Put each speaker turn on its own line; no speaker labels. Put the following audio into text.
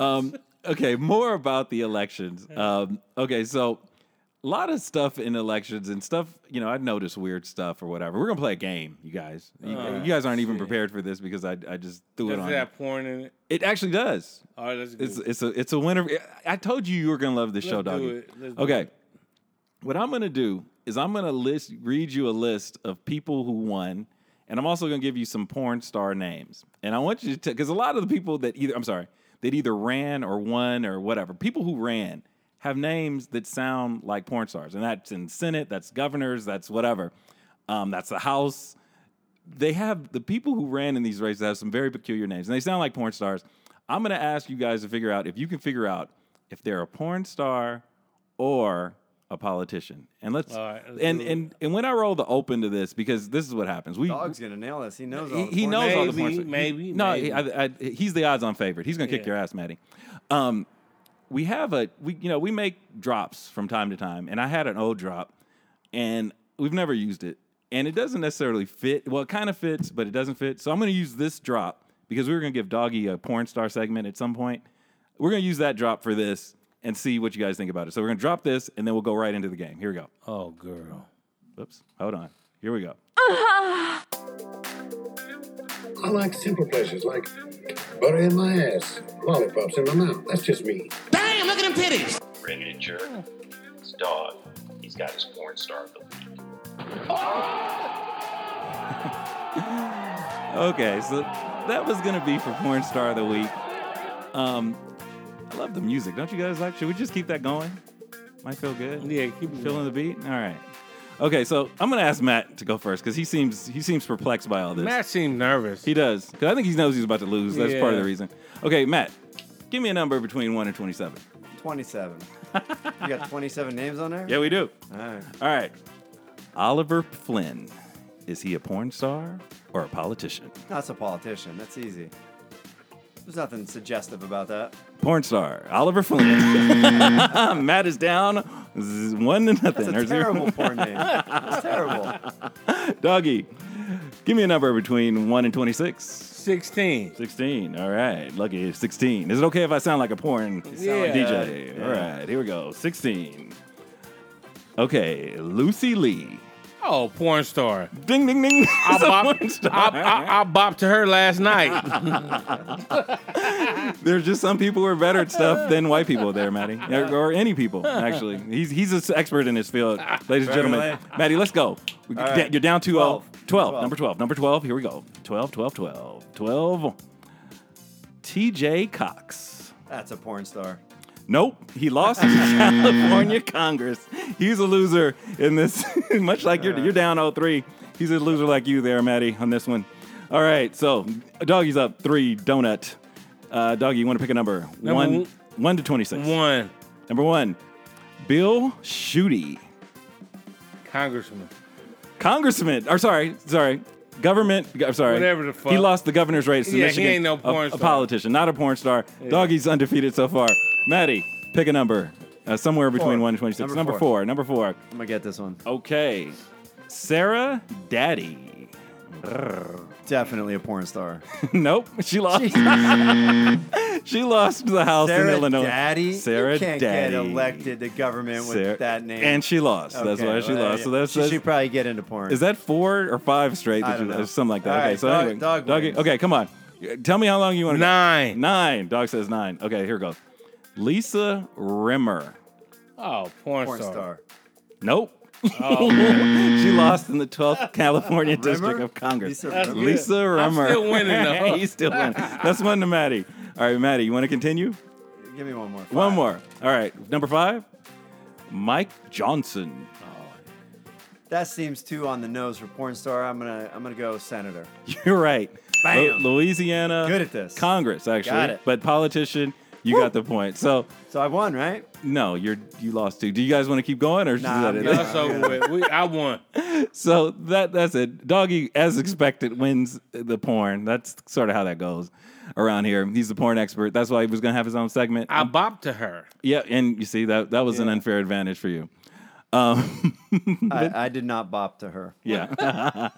Um, okay, more about the elections. Um, okay, so a lot of stuff in elections and stuff, you know, I noticed weird stuff or whatever. We're going to play a game, you guys. You,
Oh,
you guys aren't even prepared for this because I, I just threw it
Does
on.
it
you.
have porn in it?
It actually does.
All right, let's do
It's
it.
it's a it's a winner. I told you you were gonna love this show,
do
doggy.
it. Let's do
okay,
it.
what I'm gonna do is I'm gonna list read you a list of people who won, and I'm also gonna give you some porn star names. And I want you to because a lot of the people that either I'm sorry that either ran or won or whatever people who ran have names that sound like porn stars, and that's in Senate, that's governors, that's whatever, um, that's the House they have the people who ran in these races have some very peculiar names, and they sound like porn stars. I'm going to ask you guys to figure out if you can figure out if they're a porn star or a politician. And let's,
All right, let's
and
do it.
and and when I roll the open to this, because this is what happens. We
Dog's gonna nail this. He knows. All
he,
the
he
porn
knows all the
names.
Maybe,
porn stars.
maybe,
no,
maybe.
I, I, he's the odds-on favorite. He's going to kick
Yeah.
your ass, Maddie. Um, we have a we you know we make drops from time to time, and I had an old drop, and we've never used it, and it doesn't necessarily fit. Well, it kind of fits, but it doesn't fit. So I'm going to use this drop because we were going to give Doggy a porn star segment at some point. We're going to use that drop for this and see what you guys think about it. So we're going to drop this, and then we'll go right into the game. Here we go.
Oh, girl.
Oops, hold on. Here we go.
I like simple pleasures like butter in my ass, lollipops in my mouth. That's just me.
Damn, look at them titties.
Randy the Jerk. It's Dog. He's got his porn star of the week.
Okay, so that was gonna be for porn star of the week. Um, I love the music. Don't you guys like? Should we just keep that going? Might feel good.
Yeah, keep it
feeling the beat. All right. Okay, so I'm gonna ask Matt to go first because he seems he seems perplexed by all this.
Matt seemed nervous.
He does because I think he knows he's about to lose. That's part of the
Yeah.
reason. Okay, Matt, give me a number between one and twenty-seven.
Twenty-seven. you got twenty-seven names on there.
Yeah, we do.
All right.
All right. Oliver Flynn, is he a porn star or a politician?
That's a politician. That's easy. There's nothing suggestive about that.
porn star Oliver Flynn. Matt is down z- one to
That's
nothing.
a
or zero.
terrible porn name. It's terrible.
Doggy, give me a number between one and 26.
16.
16. All right. Lucky 16. Is it okay if I sound like a porn
sound like
DJ?
that.
All right. Here we go. 16. Okay. Lucy Lee.
Oh, porn star.
Ding, ding, ding.
I
It's a porn
bopped,
star.
I, I, I bopped to her last night.
There's just some people who are better at stuff than white people there, Maddie. Or, or any people, actually. He's he's an expert in his field, ladies and gentlemen. Maddie, let's go. We-
Ah, All right.
You're down 2 0. 12.
12.
Number 12. Number 12. Here we go. 12, 12, 12. 12. TJ Cox.
That's a porn star.
Nope, he lost to California Congress. He's a loser in this, much like you're, you're down 03. He's a loser like you there, Maddie, on this one. All right, so doggy's up three, donut. Uh, doggy, you want to pick a number?
Number
one,
w-
one to 26.
One,
Number one, Bill Schuette,
congressman.
Congressman, or sorry, sorry, government, go- sorry.
Whatever the fuck.
He lost the governor's race in
Yeah, he
Michigan.
ain't no
A-
porn
a,
star.
politician, not a porn star. Doggy's undefeated so far. Maddie, pick a number. Uh, somewhere between
Four.
1 and 26. Number,
Number
four.
four.
Number four.
I'm gonna get this one.
Okay. Sarah Daddy.
Definitely a porn star.
nope. She lost. she lost the house
Sarah
in Illinois.
Daddy.
Sarah
you can't
Daddy.
get elected to government with
Sarah-
that name.
And she lost. That's
Okay,
why she
well, there
lost.
you-
So that's,
she
that's
should probably get into porn.
Is that four or five straight?
I
that you-
don't know.
or Something like that.
All
okay,
right,
so
dog-
anyway,
dog wins.
Okay, come on. Tell me how long you want to.
Nine.
Nine. Dog says nine. Okay, here goes. Lisa Rimmer.
Oh, porn,
porn
star.
star?
Nope. she lost in the 12th California District
Oh. Rimmer?
of Congress.
Lisa That's Rimmer. good.
Lisa Rimmer.
still winning, though.
He's still winning. That's one to Maddie. All right, Maddie, you want to continue?
Give me one more.
One
Five.
more. All right, number five. Mike Johnson.
That seems too on the nose for porn star. I'm gonna I'm gonna go senator.
You're right.
Bam.
Lu- Louisiana.
Good at this.
Congress, actually.
Got it.
But politician, you got the point. So
So I won, right?
no, you're you lost two. Do you guys want to keep going or is
Nah,
that
I'm
it?
good.
That's over with. We, I won.
so that that's it. Doggy, as expected, wins the porn. That's sort of how that goes around here. He's the porn expert. That's why he was gonna have his own segment.
I bopped to her.
yeah, and you see that that was an unfair advantage for you. Um,
I, I did not bop to her.
Yeah.